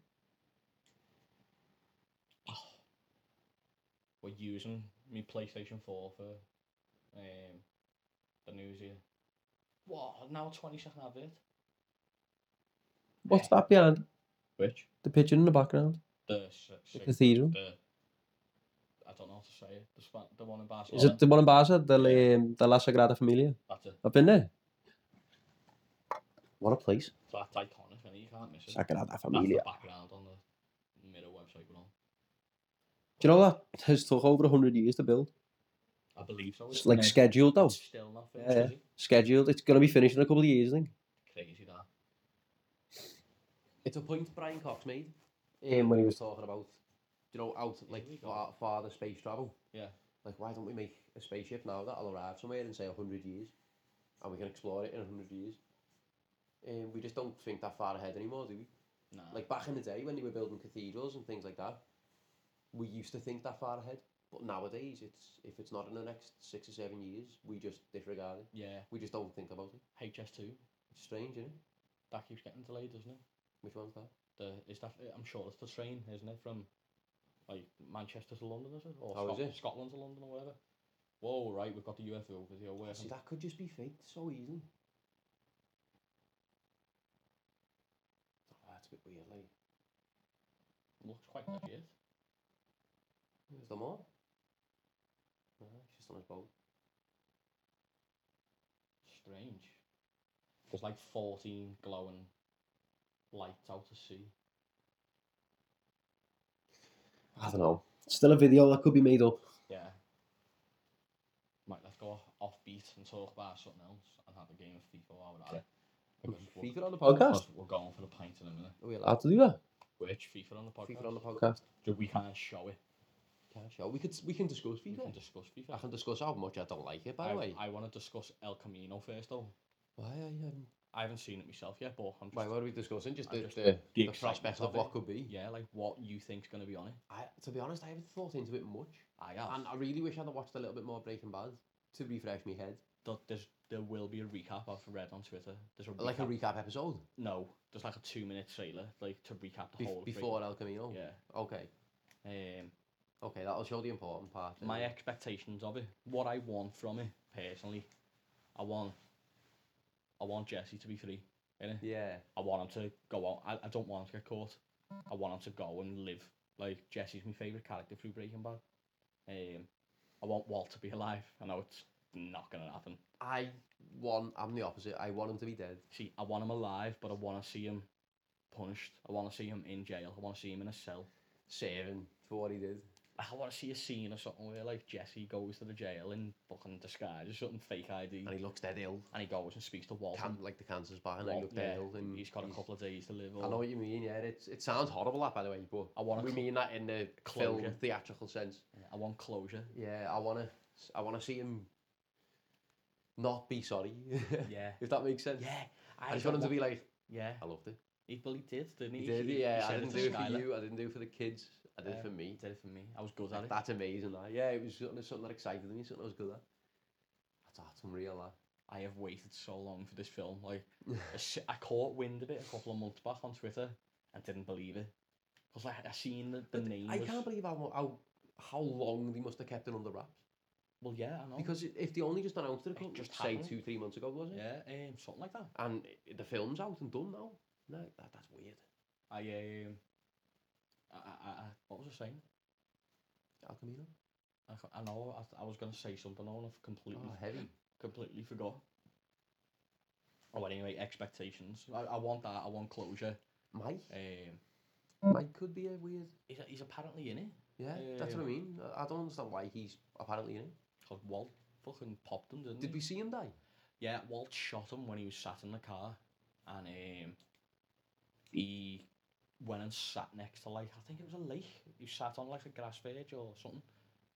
We're using my PlayStation 4 for um, the news here. What? Now a 20 second advert?
What's that behind?
Which?
The pigeon in the background?
The, s-
The
six,
cathedral?
the I don't know how to say it. The, spa, the one in Barcelona.
Is it the one in Barca? The, um, the La Sagrada Familia?
That's it.
I've been there. What a place.
That's iconic, and you can't miss it.
Sagrada
That's the
Familia.
background on the mirror website we're on.
Do you know that has took over 100 years to build?
I believe so.
It's like
it's
scheduled though.
still not
Yeah,
finished, is it?
Scheduled. It's going to be finished in a couple of years, I think.
Crazy that.
It's a point Brian Cox made um, when he was talking about, you know, out like
Here we go.
far, farther space travel.
Yeah.
Like, why don't we make a spaceship now that'll arrive somewhere in say hundred years, and we can explore it in hundred years? Um, we just don't think that far ahead anymore, do we?
Nah.
Like back in the day when they were building cathedrals and things like that, we used to think that far ahead. But nowadays, it's if it's not in the next six or seven years, we just disregard it.
yeah,
We just don't think about it.
HS2.
It's strange, isn't it?
That keeps getting delayed, doesn't it?
Which one's that?
the is that I'm sure it's the train, isn't it, from like Manchester to London, is it, or
Oh, is
Scot-
it?
Scotland to London or whatever? Whoa, right, we've got the UFO video. Where
See, that could just be faked so easily. Oh, that's a bit weird, like.
looks quite legit.
Is there more? No, it's just on his boat.
Strange. There's like 14 glowing lights out to sea.
I don't know. Still a video that could be made up.
Yeah. Right, let's go off- offbeat and talk about something else and have a game of FIFA while we're at it. Because we're,
FIFA on the
because
podcast. Oh,
we're going for the pint in a minute.
Are we allowed to do that?
Which FIFA on the podcast?
FIFA on the podcast.
Do we can't show it.
Yeah, sure. We could we can discuss
We can
FIFA.
discuss FIFA.
I can discuss how much I don't like it. By
I,
the way,
I want to discuss El Camino first, though.
why are you? Um,
I haven't seen it myself yet, but I'm just
why? What are we discussing? Just
I'm
the
just-
the,
the
the prospect
excitement
of
of
what
it.
could be.
yeah, like what you think's going to be on it.
I, to be honest, I haven't thought into it much,
I have.
and I really wish I'd have watched a little bit more Breaking Bad to refresh my head.
Th- there's there will be a recap I've read on Twitter. There's a recap.
Like a recap episode
no, there's like a two minute trailer like to recap the
bef-
whole. of Breaking-
before El Camino.
Yeah.
Okay,
Um,
okay, that'll show the important part.
my
anyway.
expectations of it, what I want from it personally, I want, I want Jesse to be free. Innit?
yeah.
I want him to go out. I, I don't want him to get caught. I want him to go and live. Like Jesse's my favourite character through Breaking Bad. Um, I want Walt to be alive. I know it's not gonna happen.
I want. I'm the opposite. I want him to be dead.
See, I want him alive, but I want to see him punished. I want to see him in jail. I want to see him in a cell.
Saving for what he did.
I want to see a scene or something where like Jesse goes to the jail in fucking disguise or something fake ID,
And he looks dead ill.
and he goes and speaks to Walt.
Can,
and
like the cancer's back and
Walt-
he looked
yeah,
dead ill. And
he's got a couple of days to live. Or,
I know what you mean. Yeah, it's it sounds horrible that by the way, but
I want
we
to.
mean that in the film
Closure.
theatrical sense.
I want closure.
Yeah, I wanna I wanna see him not be sorry.
Yeah.
if that makes sense.
Yeah.
I just want him to be like,
Yeah.
I loved it.
He, well, he did, didn't he?
He did,
He- he
yeah. I
said
didn't
to
do it for
Skylar.
you. I didn't do it for the kids. I did
Yeah.
it for me.
He did it for me. I Um, was good at it.
That's amazing. That yeah, it was something, something that excited me. Something I was good at. That's, that's unreal. That.
I have waited so long for this film. Like, I s- I caught wind of it a couple of months back on Twitter and didn't believe it. Because like, I seen the, the name.
I
was-
can't believe how, mu- how how long they must have kept it under wraps.
Well, yeah, I know.
Because i- if they only just announced it, a couple,
just
say
happened.
two three months ago, was it?
yeah, um, something like that.
And i- the film's out and done now. No, that, that's weird.
I um, I, I, I, what was I saying?
Al Camino.
I, ca- I know I, I was gonna say something, and I've completely
Oh, heavy.
completely forgot. Oh, anyway, expectations. I, I want that. I want closure.
Mike.
Um,
Mike could be a weird.
he's, he's apparently in it
Yeah,
Yeah,
that's
yeah,
what I mean. Uh, I- I don't understand why he's apparently in it.
because Walt fucking popped him, didn't
Did
he?
we see him die?
Yeah, Walt shot him when he was sat in the car, and um, he went and sat next to like I think it was a lake. He sat on like a grass verge or something,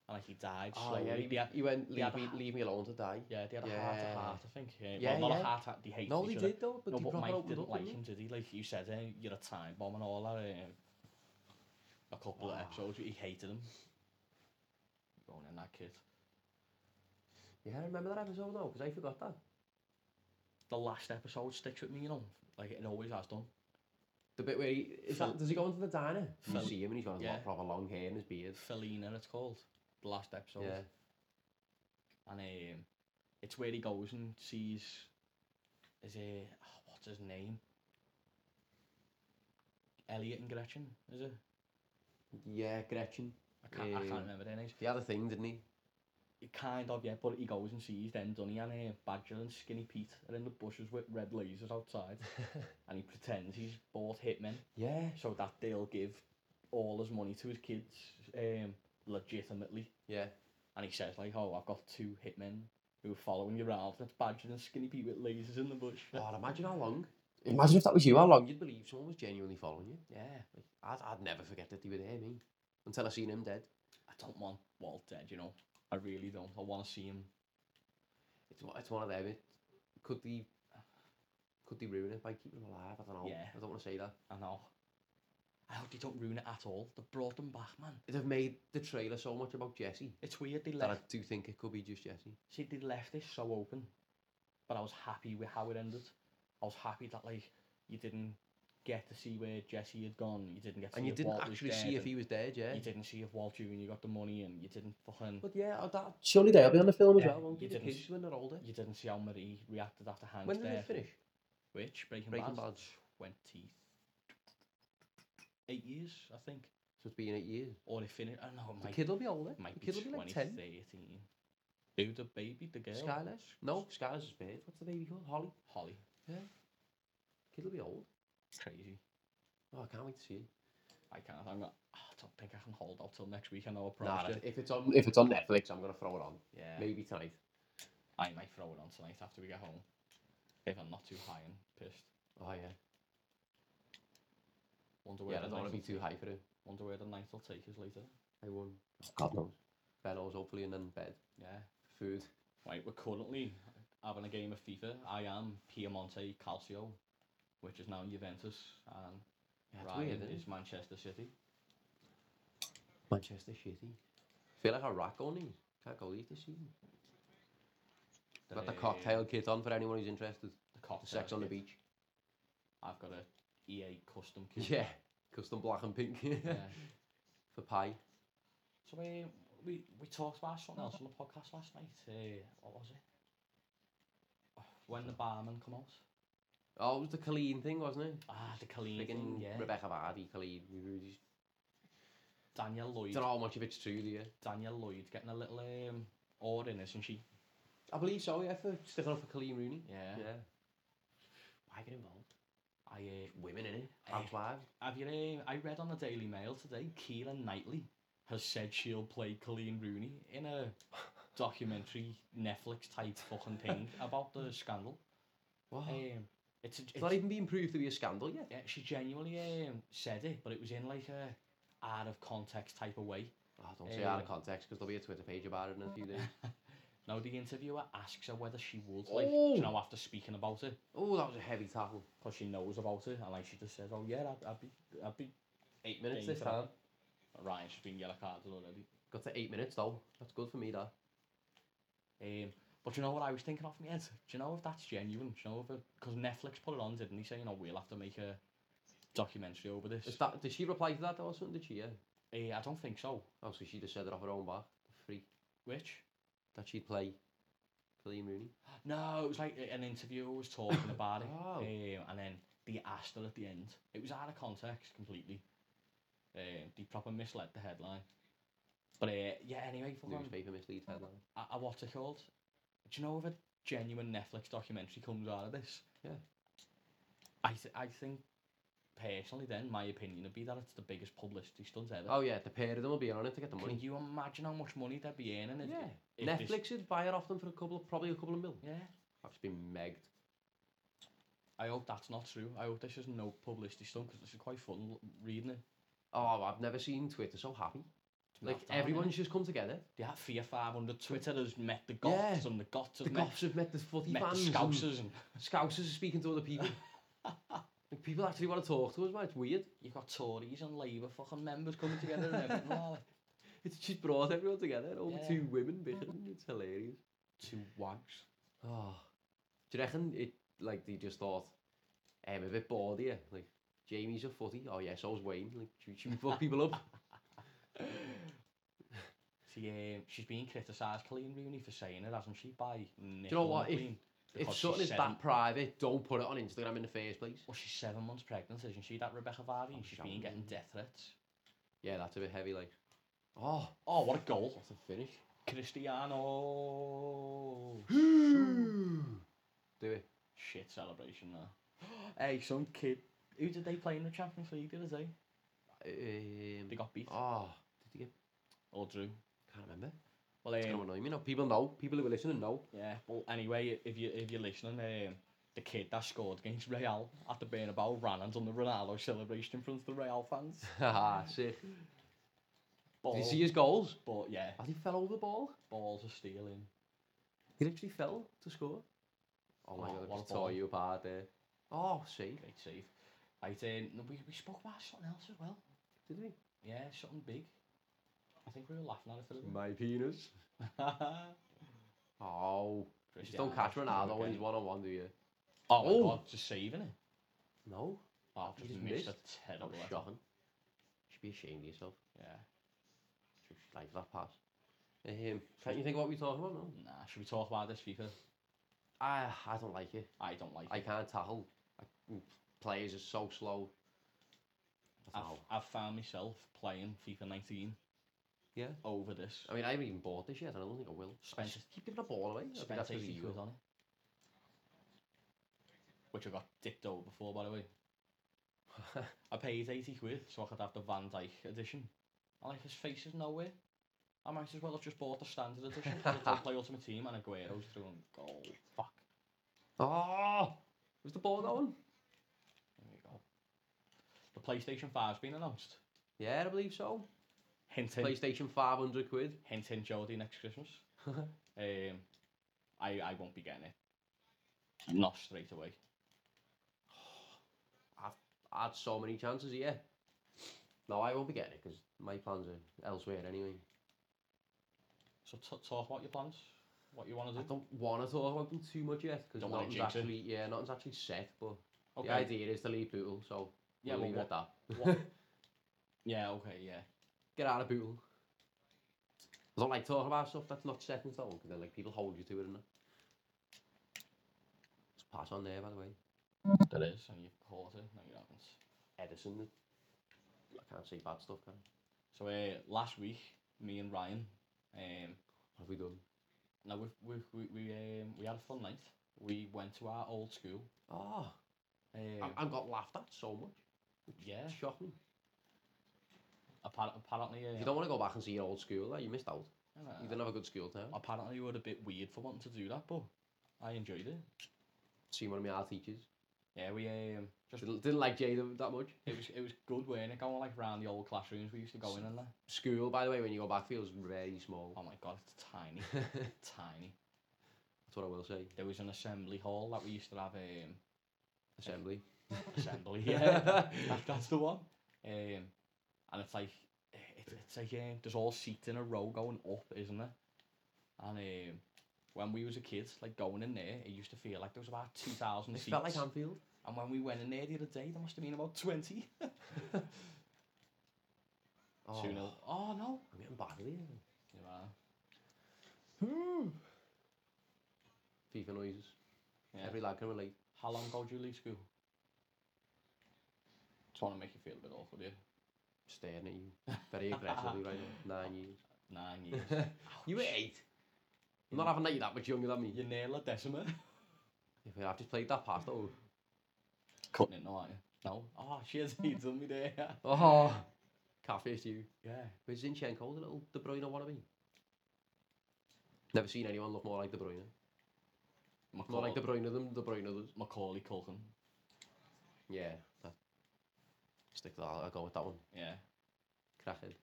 and like he died slowly.
Oh, Ah, he,
They had-
he went.
he had
Leave
a
me,
ha-
leave me alone to die.
Yeah, they had a
Yeah.
heart to heart, I think. Yeah,
Yeah,
well, not
yeah.
a heart to heart, they hated
No, they
each other.
did though, but
no,
they
but
proper
Mike
opened
didn't
up,
like
didn't
him, did he? Like you said, eh, you're a time bomb and all that. eh, a couple of
Ah.
episodes, he hated him. Going in that kid.
they? Yeah, I remember that episode now because I forgot that.
The last episode sticks with me, you know, like it always has done.
The bit where he is
Phil-
that, does he go into the diner? You
Phil-
see him and he's got a
yeah.
lot proper long hair and his beard.
Felina, it's called. The last episode.
Yeah,
and um, it's where he goes and sees is it oh, what's his name? Elliot and Gretchen, is it?
yeah, Gretchen.
I can't, I
Um,
can't remember their names.
He had a thing, didn't he?
It kind of yeah, but he goes and sees them Dunny and uh, Badger and Skinny Pete are in the bushes with red lasers outside, and he pretends he's bought hitmen
Yeah,
so that they'll give all his money to his kids, um, legitimately.
yeah.
and he says like, "Oh, I've got two hitmen who are following you around. That's Badger and Skinny Pete with lasers in the bush."
God, imagine how long. Imagine if that was you, how long you'd believe someone was genuinely following you.
Yeah,
I'd, I'd never forget that they were there, me. Until I seen him dead.
I don't want Walt dead. You know, I really don't. I want to see him.
It's one, it's one of them. It, could they could they ruin it by keeping him alive? I don't know.
Yeah.
I don't want to say that.
I know. I hope they don't ruin it at all. They brought them back, man.
They've made the trailer so much about Jesse
It's weird they
that I
left.
do think it could be just Jesse.
See, they left this so open, but I was happy with how it ended. I was happy that like you didn't get to see where Jesse had gone. You didn't get to
And
see
you
if
didn't
Walt was
actually
dead,
see if
and
he was dead, yeah.
You didn't see if Walt Jr. got the money, and you didn't fucking.
But yeah, oh, that surely they'll be on the film as
Yeah,
well, won't
you
they? The
didn't
kids when they're older.
You didn't see how Marie reacted after Hank's
When did
death.
it finish?
Which Breaking,
Breaking
Bad's
Bad.
twenty eight years, I think,
So it's been eight years.
or they finished. I don't know. It
The
might,
kid will be older.
might
the
be
kid will be
20,
like ten.
13. Who the baby? The girl?
Skylash? No, Skylash is bad. What's the baby called? Holly.
Holly.
Kid will be old.
Crazy.
Oh, I can't wait to see it.
I can't. I'm not, I don't think I can hold out till next week. I know. I
Nah,
promised you.
if it's on if it's on Netflix, I'm gonna throw it on.
Yeah.
Maybe tonight.
I might throw it on tonight after we get home, if I'm not too high and pissed.
Oh yeah.
Wonder
Yeah,
where
I
the
don't
night
want to
will
be too
take-
high for it.
Wonder where the night will take us later.
I won. God knows. Bellows hopefully and then bed.
Yeah.
Food.
Right, we're currently having a game of FIFA. I am Piemonte Calcio, which is now Juventus, and
Yeah, it's
Ryan
weird, isn't
is
it?
Manchester City.
Manchester City. Feel like a rack on these. Can't go these this season. Got the
Uh,
cocktail kit on for anyone who's interested.
The cocktail.
Sex on the
kit.
beach.
I've got a EA custom kit.
Yeah. Custom black and pink.
Yeah.
for pie.
So we, we we talked about something else on the podcast last night. Uh, what was it? Oh, When the barman come out.
Oh, it was the Colleen thing, wasn't it?
Ah, the Colleen thing,
Friggin'
yeah.
Rebecca Vardy, Colleen. we were just-
Daniel Lloyd.
Don't know how much of it's true, do you?
Daniel Lloyd getting a little um, odd in, isn't she?
I believe so, yeah, for sticking up for Colleen Rooney.
Yeah.
Why get involved?
I uh,
Women, innit?
Eh.
Housewives.
Have you? Um, I read on the Daily Mail today. Keelan Knightley has said she'll play Colleen Rooney in a documentary Netflix type fucking thing about the scandal.
What?
Um, it's, a,
it's not
it's
even been proved to be a scandal yet.
yeah, she genuinely um, said it, but it was in like a out of context type of way.
Oh, don't say out of
Eh.
context because there'll be a Twitter page about it in a few days.
Now the interviewer asks her whether she would like
Oh.
you know after speaking about it
oh, that was a heavy tackle.
because she knows about it and like she just says, oh yeah, I'd, I'd be, I'd be.
Eight minutes
Game
this
for that.
time.
Ryan, she's been yellow carded already.
Got to eight minutes though. That's good for me, that.
Um, but you know what I was thinking off my head? Do you know if that's genuine? Do you know if because Netflix put it on, didn't he? Saying, "Oh, we'll have to make a documentary over this."
Is that. Did she reply to that though or something? Did she? Yeah.
Eh, I don't think so.
Oh, so she just said it off her own back. The freak
Which?
that she'd play. Colleen Rooney.
No, it was like eh, an interviewer was talking about it, Ehm,
Oh.
um, and then they asked her at the end. It was out of context completely, Um, they proper misled the headline. But uh, yeah, anyway, fucking,
Newspaper mislead headline.
I, I, what's it called? Do you know if a genuine Netflix documentary comes out of this?
Yeah.
I th- I think personally, then my opinion would be that it's the biggest publicity stunt ever.
Oh yeah, the pair of them will be on it to get the
Can
money.
you imagine how much money they'd be earning? If,
Yeah.
if this-
Netflix would buy it off them for a couple of probably a couple of mil.
yeah.
I've just been megged.
I hope that's not true. I hope this is no publicity stunt because this is quite fun l- reading it.
Oh, I've never seen Twitter so happy.
It's
Like
meltdown, innit?
everyone's just come together.
They had Fear 500. Twitter has met the goths and the goths have
The
met,
Goths have met the footy
met the
fans. and
scousers. And
Scousers are speaking to other people. like people actually want to talk to us, man. It's weird.
you've got Tories and Labour fucking members coming together and everything. like that.
It's just brought everyone together over
Yeah.
two women bickering. It's hilarious.
Two wags.
Oh. Do you reckon it, like, they just thought, um, a bit bored here. Like, Jamie's a footy. Oh, yeah, so's Wayne. Like, should, should we fuck people up?
She, um, she's been criticised, Colleen Rooney, for saying it, hasn't she? By Nick
know what, if-
Lundgren,
if
because
something
she's
is
seven-
that private, don't put it on Instagram in the first place.
Well, she's seven months pregnant, isn't she? That Rebecca Vardy,
Oh,
and she's been
shocking.
getting death threats.
Yeah, that's a bit heavy, like. Oh,
Oh, what a goal!
that's a finish.
Cristiano.
Do it.
Shit celebration there. hey, some kid. Who did they play in the Champions League the other day?
Um,
They got beat
oh, did you get...
or drew.
Can't remember.
Well,
It's going
um,
to annoy me now. People know. People who are listening know.
yeah. Well, anyway, if you if you're listening, um, the kid that scored against Real at the Bernabeu ran and done the Ronaldo celebration in front of the Real fans.
Haha, sick.
Ball,
Did you see his goals?
But yeah,
Has he fell over the ball?
balls are stealing.
He literally fell to score. Oh my
Oh,
god, I
what
just
a ball.
tore you apart there. Oh, safe,
Great save. Right, um, no, we we spoke about something else as well.
did we?
Yeah, something big. I think we were laughing at it for a little
My penis.
bit.
Oh, you just don't
Cristiano
catch
Ronaldo
Ronaldo when
again.
he's one on one, do you?
Oh,
Oh.
my God, just saving it.
No.
Oh, I've
He
just
just
missed,
missed.
a
Oh, That
terrible
was
effort.
shocking. Should be ashamed of yourself.
Yeah.
Just like that pass. Um, can't you think of what we're talking about now?
Nah, should we talk about this FIFA?
I, I don't like it.
I don't like
I
it.
can't tackle. I, mm, players are so slow. I
I've,
don't know.
I've found myself playing FIFA 19
Yeah.
over this.
I mean, I haven't even bought this yet, and I don't think I will. I
Spent-
just keep giving the ball away. I think
Spent
that's 'cause of
80
you.
quid on it. Which I got dipped over before, by the way. I paid 80 quid so I could have the Van Dyke edition. And like his face is nowhere. I might as well have just bought the standard edition. 'cause I don't play Ultimate Team and Aguero's through and goal. Fuck.
Oh, was the ball that one?
There you go. The PlayStation 5's been announced.
Yeah, I believe so.
Hint, hint,
PlayStation 500 quid.
hint, hint Jody next Christmas. Um, I, I won't be getting it. Not straight away.
I had so many chances, yeah. No, I won't be getting it because my plans are elsewhere anyway.
So t- talk about your plans, what you want
I
to do.
don't want to talk about them too much yet because
Don't wanna
nothing's
jinx it.
actually yeah, nothing's actually set. But
Okay.
the idea is to leave Bootle, so
yeah,
we'll
well,
leave it at
what,
that.
what- yeah, okay, yeah.
Get out of Bootle. I don't like talking about stuff that's not set in stone because then like people hold you to it and that. Just pass on there, by the way.
That is. And you've caught it. No, you haven't.
Edison. I can't say bad stuff, can I?
So uh, last week, me and Ryan, um,
What have we done?
now we we we we, um, we had a fun night. We went to our old school.
Oh,
Um,
I, I've got laughed at so much.
yeah.
It shocked me.
Apparently, apparently, uh,
If you don't want to go back and see your old school, like, you missed out.
I dunno.
You didn't have a good school time.
apparently you were a bit weird for wanting to do that, but I enjoyed it.
Seen one of my art teachers.
Yeah, we um, just
Didn't, didn't like Jay th- that much.
it was it was good weren't it going like round the old classrooms we used to go in and that.
School, by the way, when you go back, feels very small.
Oh my god, it's tiny,
That's
tiny.
what I will say.
There was an assembly hall that we used to have um,
Assembly.
assembly. Yeah, that, that's the one. Um, and it's like it, it's like um, there's all seats in a row going up, isn't it? And um, when we was a kid, like going in there, it used to feel like there was about two thousand
It
seats.
felt like Anfield.
And when we went in there the other day, there must have been about 20.
Oh,
2 0. Oh, no.
I'm getting badly.
You are.
Hmm. FIFA noises.
Yeah.
Every lad can relate.
How long ago did you leave school? Just want to make you feel a bit awkward, yeah.
staring at you very aggressively right now. Nine years.
Nine years.
You were eight. I'm not having that. You're that much younger than me.
you nail a decimer.
If I've just played that past though.
Cutting it, no, aren't you? No. Oh, shit, he done me there.
Oh, catfish you.
Yeah.
Was Zinchenko the little De Bruyne wannabe? Never seen anyone look more like De Bruyne. More
Macaul-
like De Bruyne than De Bruyne does.
Macaulay Culkin.
Yeah. That. Stick to that. I'll go with that one.
Yeah.
Crackhead.
Do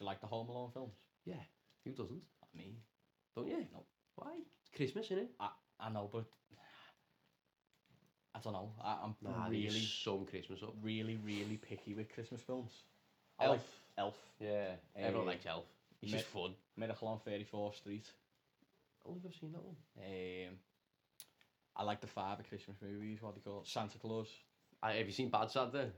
you like the Home Alone films?
Who doesn't?
Me.
Don't you?
No.
Why? It's Christmas, innit?
I know, but I don't know. I, I'm
Nah, really?
really,
some Christmas up.
really, really picky with Christmas films. I
Elf.
like Elf.
yeah.
eh,
Everyone likes Elf. It's just
Met-
fun.
Miracle on 34th Street.
I don't think I've seen that one.
Um, I like the five Christmas movies. What do you call it? Santa Claus.
Uh, have you seen Bad Sad then?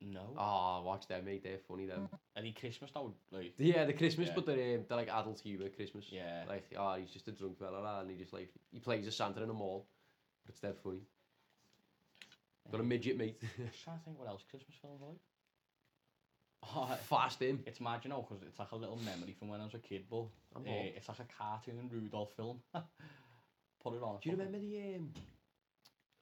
No.
Oh, watch them, mate. They're funny, them.
Are they Christmas now? Like,
Yeah, the Christmas,
Yeah.
but they're, um, they're like adult humour Christmas.
yeah.
Like, oh, he's just a drunk fella, lah, and he just like, he plays a Santa in a mall. But it's dead funny. Got a
Um,
midget, mate.
I'm trying to think what else Christmas films are like. Oh,
Fast him.
it's mad, you know, 'cause it's like a little memory from when I was a kid, but
I'm
eh,
bored.
it's like a cartoon Rudolph film. Put it on.
Do you remember the, um,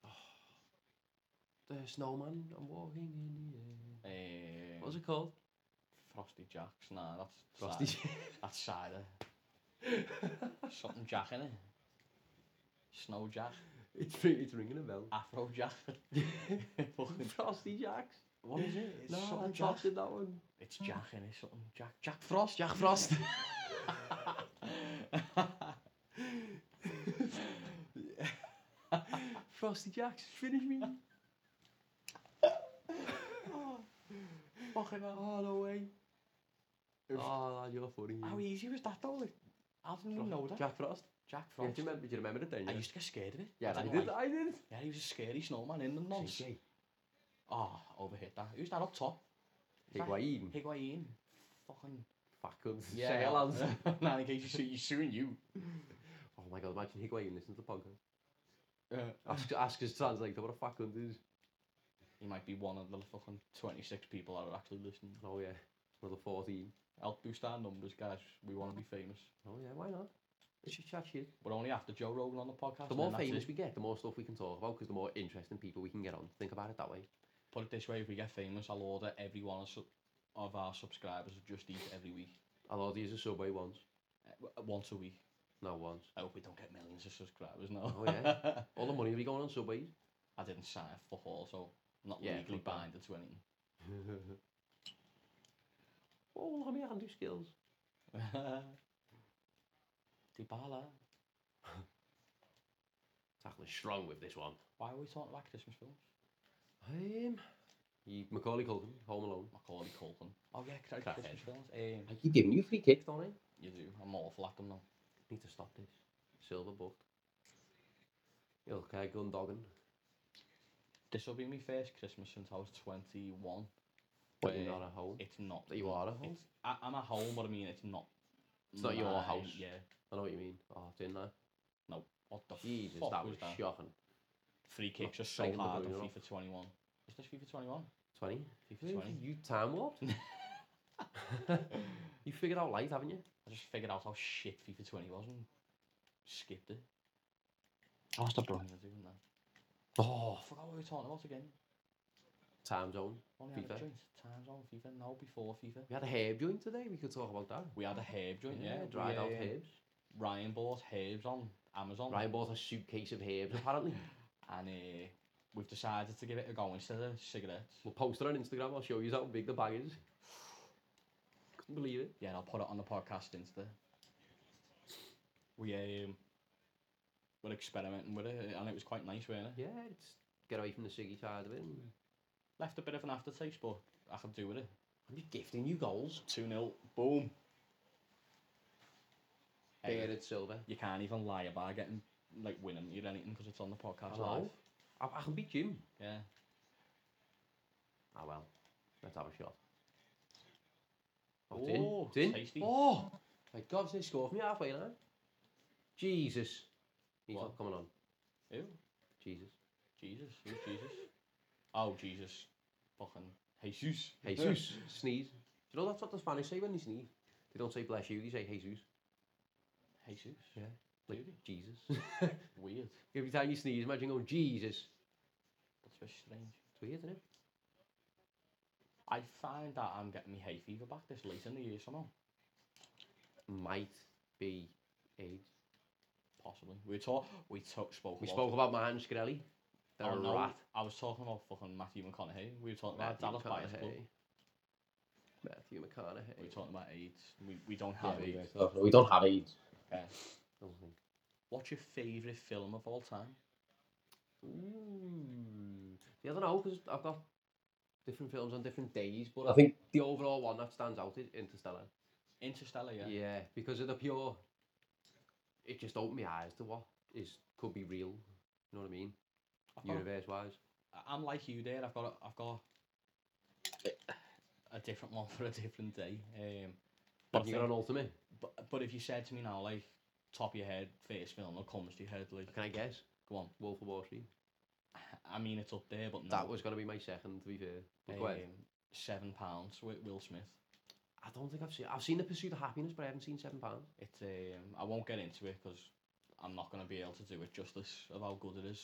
the snowman? I'm walking in the air.
Uh,
What was it called?
Frosty Jacks. Nah, that's
Frosty.
cider. That's cider. Something Jack in it. Snow Jack.
it's, ring- it's ringing a bell.
Afro Jack. Fucking-
Frosty Jacks.
what is it? It's
No, I
something Jack.
Jack. in that one.
It's Jack in it. Something Jack. Jack Frost. Jack
Frost. Frosty Jacks, finish me.
oh, fucking hell.
Oh, no way.
It was-
Oh, lad, you're funny.
How easy was that though? Like, I didn't even know that. Jack,
Jack Frost. Yeah,
Frost.
do, you remember, do you remember it then?
I
Yeah,
used to get scared of it.
yeah
I
I,
didn't
did.
like-
I did.
Yeah, he was a scary snowman in the nonce.
CJ.
Oh, overhit that. Who's that up top?
Higuain.
Higuain. Fucking.
Fuck cunt. Say it, lads.
nah, in case you see, he's suing you.
Oh my god, imagine Higuain listening to the podcast.
Uh,
Ask, ask his translator what a fuck cunt is.
he might be one of the fucking 26 people that are actually listening.
Oh yeah, another 14.
Help boost our numbers, guys. We want to be famous.
Oh yeah, why not? We should chat shit.
We're only after Joe Rogan on the podcast.
The
and
more
then that's
famous
it.
we get, the more stuff we can talk about because the more interesting people we can get on. Think about it that way.
Put it this way, if we get famous, I'll order every one of, su- of our subscribers of Just Eat every week.
I'll order you a Subway once.
Uh, w- once a week.
No, once.
I hope we don't get millions of subscribers now.
Oh, yeah. All the money will be going on Subways.
I didn't sign up for all, so I'm not
Yeah,
legally
fuck that.
binded to anything.
oh, look at me handy skills.
Dybala.
Tackling strong with this one.
Why are we talking about Christmas films?
Um, you, Macaulay Culkin, Home Alone.
Macaulay Culkin. Oh yeah, cra-
Crackhead.
Christmas films. Um,
I keep giving you free kicks, don't I?
you do. I'm awful at them now.
Need to stop this. Silver Buck. Ilkay Gundogan.
This will be my first Christmas since I was 21.
But you're
Yeah.
not at home.
It's not.
That you are at home.
It's, I, I'm at home, but I mean it's not.
It's not your
mine,
house.
Yeah.
I know what you mean. Oh, didn't I?
What the
Jesus,
fuck
that
was
was
that?
shocking.
Free kicks are so
banging the
hard on
ball off.
FIFA 21. Is this FIFA 21?
20?
FIFA 20.
You time warped? you figured out life, haven't you?
I just figured out how shit FIFA 20 was and skipped it. Oh, stop doing that.
Oh,
I forgot what we were talking about again.
time zone.
Only FIFA. had
FIFA.
a joint time zone FIFA, now before FIFA.
We had a herb joint today. We could talk about that.
We had a herb joint, yeah. we,
dried out
uh,
herbs.
Ryan bought herbs on Amazon.
Ryan bought a suitcase of herbs, apparently.
And uh, we've decided to give it a go instead of cigarettes.
we'll post it on Instagram. I'll show you how big the bag is. Couldn't believe it.
Yeah, and I'll put it on the podcast Insta. We um, were experimenting with it, and it was quite nice, weren't it?
Yeah, it's get away from the ciggy side of it. and-
Left a bit of an aftertaste, but I could do with it.
I'm just gifting you goals.
2 0, boom. Hey,
Bearded silver.
you can't even lie about getting, like, winning or anything because it's on the podcast
Hello?
live.
I, I can beat Jim.
Yeah.
Ah well, let's have a shot.
Oh,
tin, tin.
tasty.
Oh, my God, they score from me halfway now. Jesus, he's
What?
not coming on.
Ew.
Jesus,
Jesus. Who's Jesus? oh, Jesus. Fucking Jesus.
Jesus, sneeze. You know, that's what the Spanish say when they sneeze. They don't say bless you, they say Jesus.
Jesus.
Yeah.
Do
Like
they?
Jesus.
Weird.
Every time you sneeze, imagine going, Jesus.
That's a bit strange.
It's weird, isn't it?
I find that I'm getting my hay fever back this late in the year somehow.
Might be AIDS.
Possibly. We talk. We talk. Spoke.
We
about
spoke about my hand, Skelly. The
Oh, no,
rat.
I was talking about fucking Matthew McConaughey. We were talking about
Matthew
Dallas Buyers Club.
McConaughey. Matthew
We were
McConaughey.
talking about AIDS. We, we don't have
we
AIDS.
were. we don't have AIDS.
Yeah. What's your favourite film of all time?
Mm. Yeah, I don't know because I've got different films on different days, but I think the overall one that stands out is Interstellar.
Interstellar, yeah.
because of the pure. It just opened my eyes to what is could be real. You know what I mean?
I've got a-
Universe wise.
I- I'm like you there. I've got a, I've got a different one for a different day. Um, but, I
But you got
think-
an ultimate.
but but if you said to me now, like top of your head, first film that comes to your head, like
Can I guess?
go on.
Wolf of Wall Street.
I mean, it's up there, but no.
That was gonna be my second. To be fair, but go ahead.
um, seven pounds with Will Smith.
I don't think I've seen. I've seen The Pursuit of Happiness, but I haven't seen Seven Pounds.
It's um, I won't get into it because I'm not gonna be able to do it justice of how good it is.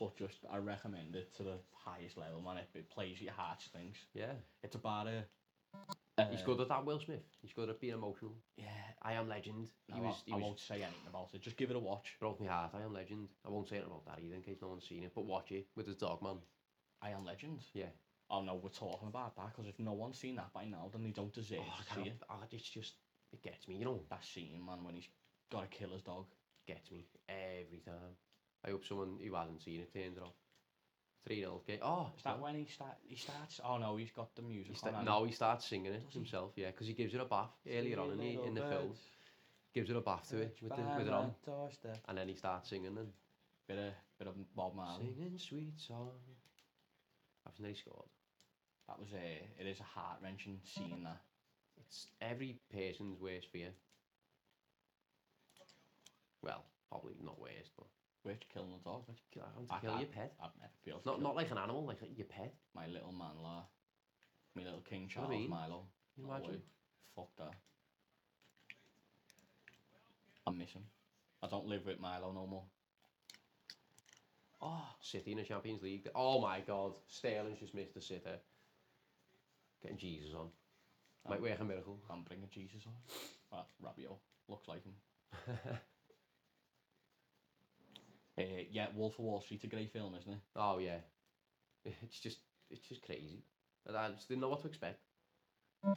But just I recommend it to the highest level, man. It, it plays at your heartstrings.
Yeah,
It's about a. Uh,
he's good at that. Will Smith. He's good at being emotional.
Yeah,
I am Legend.
No,
he was. He
I, I
was
won't say anything about it. Just give it a watch.
broke my heart. I am Legend. I won't say anything about that either in case no one's seen it. But watch it with his dog man.
I am Legend.
Yeah.
Oh no, we're talking about that because if no one's seen that by now, then they don't deserve
Oh, I
to see
can't,
it.
oh, it's just it gets me. You know,
That scene, man, when he's got to kill his dog.
gets me every time. I hope someone who hasn't seen it turns it off. Three nil. Okay. Oh,
Is that when he start? He starts. Oh no, he's got the music.
He sta-
on
now he starts singing it
Does he?
himself, yeah, because he gives it a bath earlier on in the, in the film. Gives it a bath to it with, the, with it on, and then he starts singing and
Bit of bit of Bob Marley.
singing sweet song. I've nearly scored.
That was a. It is a heart wrenching scene. That
It's every person's worst fear. Well, probably not worst, but
which killing the dog. Which
kill, having
I
to kill
can't-
your pet.
I've never felt.
Not not like an animal, like your pet.
my little man, la. My little King
What I
Charles
mean.
Milo.
Can you
No
imagine?
way. Fuck that. I miss him. I don't live with Milo no more. Oh,
City in the Champions League. Oh my God, Sterling's just missed the sitter. Getting Jesus on. Might
Um,
work a miracle.
I'm bringing Jesus on. That's Rabiot. Looks like him. Uh, yeah, Wolf of Wall Street, a great film, isn't it?
Oh yeah, it's just it's just crazy. And I just didn't know what to expect.
3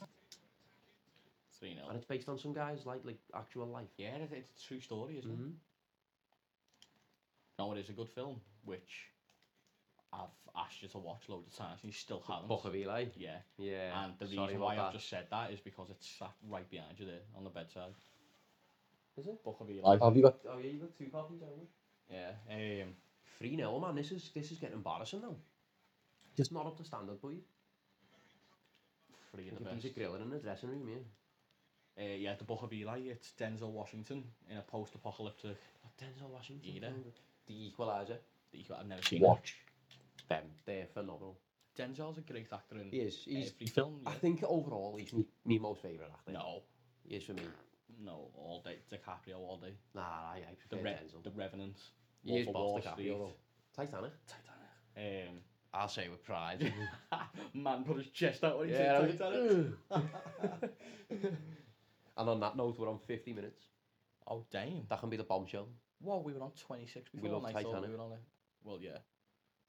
0.
And it's based on some guys like like actual life.
Yeah, it, it's a true story, isn't it?
Mm-hmm.
No, it is a good film, which I've asked you to watch loads of times and you still haven't.
Book of Eli.
Yeah,
Yeah.
and the
sorry
reason
about
why I've
that.
just said that is because it's sat right behind you there on the bedside.
Is it?
Book of Eli.
Have you got? Oh yeah, you got two copies, haven't you?
Yeah. Um,
Three nil, man. This is this is getting embarrassing now. Just not up to standard, boy.
three of
Like
the
a
best.
piece of grilling in the dressing room, yeah.
Uh, yeah, the Book of Eli. It's Denzel Washington in a post-apocalyptic.
What Oh, Denzel Washington?
Either.
film? The Equalizer.
that I've never seen.
them. They're phenomenal.
Denzel's a great actor in
He is. He's.
every film.
I
yeah.
think overall he's me, me most favourite actor.
No,
He is Nou, for me.
no, all day DiCaprio, all day.
Nah, I, I
The
prefer
Re-
Denzel.
the Revenant.
He
Wolf
is
of
boss
Wall
DiCaprio,
Street.
though. Titanic. I'll say with pride.
Um, man put his chest out when he
yeah.
said Titanic.
and on that note, we're on 50 minutes.
oh damn!
That can be the bombshell.
Well, we were on 26
We
before.
love
and I thought
Titanic.
We were on a, well, yeah.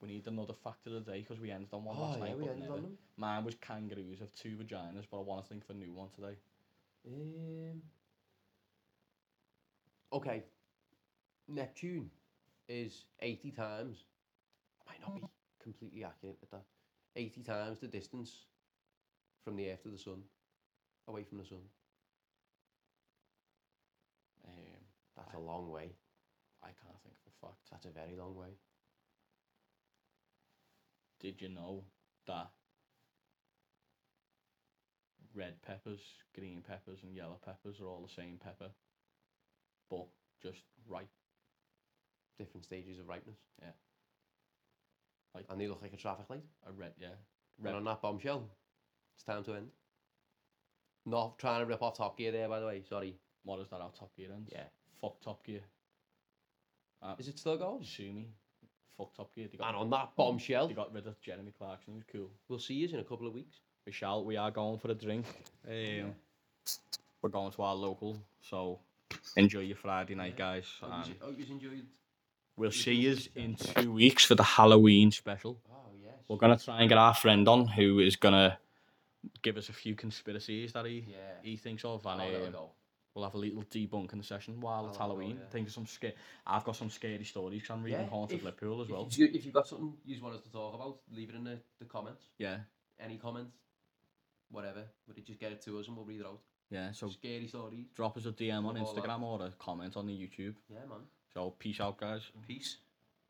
We need another fact of the day because we ended on one last night.
Oh, we
but
ended
never.
on them.
Mine was kangaroos have two vaginas, but I want to think of a new one today.
Um, okay. Neptune is 80 times. I might not be completely accurate with that. 80 times the distance from the Earth to the Sun. Away from the Sun.
Um,
That's a long way.
I can't think of a fact.
That's a very long way.
Did you know that red peppers, green peppers, and yellow peppers are all the same pepper, but just ripe?
Different stages of ripeness.
Yeah. Like-
and they look like a traffic light.
A red, yeah.
And
Red-
on that bombshell, it's time to end. Not trying to rip off Top Gear there, by the way. Sorry.
What is that? How Top Gear ends?
Yeah.
Fuck Top Gear.
Is it still going?
Sue me. Fuck Top Gear. They got,
And on that bombshell,
they got rid of Jeremy Clarkson. He was cool.
we'll see you in a couple of weeks.
We shall. We are going for a drink. Um, We're going to our local. So enjoy your Friday night, guys. and
hope Oh, you enjoyed.
we'll see you in two weeks for the Halloween special.
Oh yes.
We're gonna try and get our friend on who is gonna give us a few conspiracies that he
Yeah.
he thinks of, and
Oh, there we
um,
go. Oh,
we'll have a little debunking session while it's
I like that,
Halloween.
yeah.
Think of some scare. I've got some scary stories. 'cause I'm reading
Yeah,
Haunted
if-
Liverpool as well.
If, you, if you've got something you want us to talk about, leave it in the, the comments.
Yeah,
Any comments, whatever. But you just get it to us and we'll read it out.
yeah. So
Scary stories.
drop us a DM on
Love all that.
Instagram or a comment on the YouTube.
Yeah, man.
So peace out, guys.
Peace.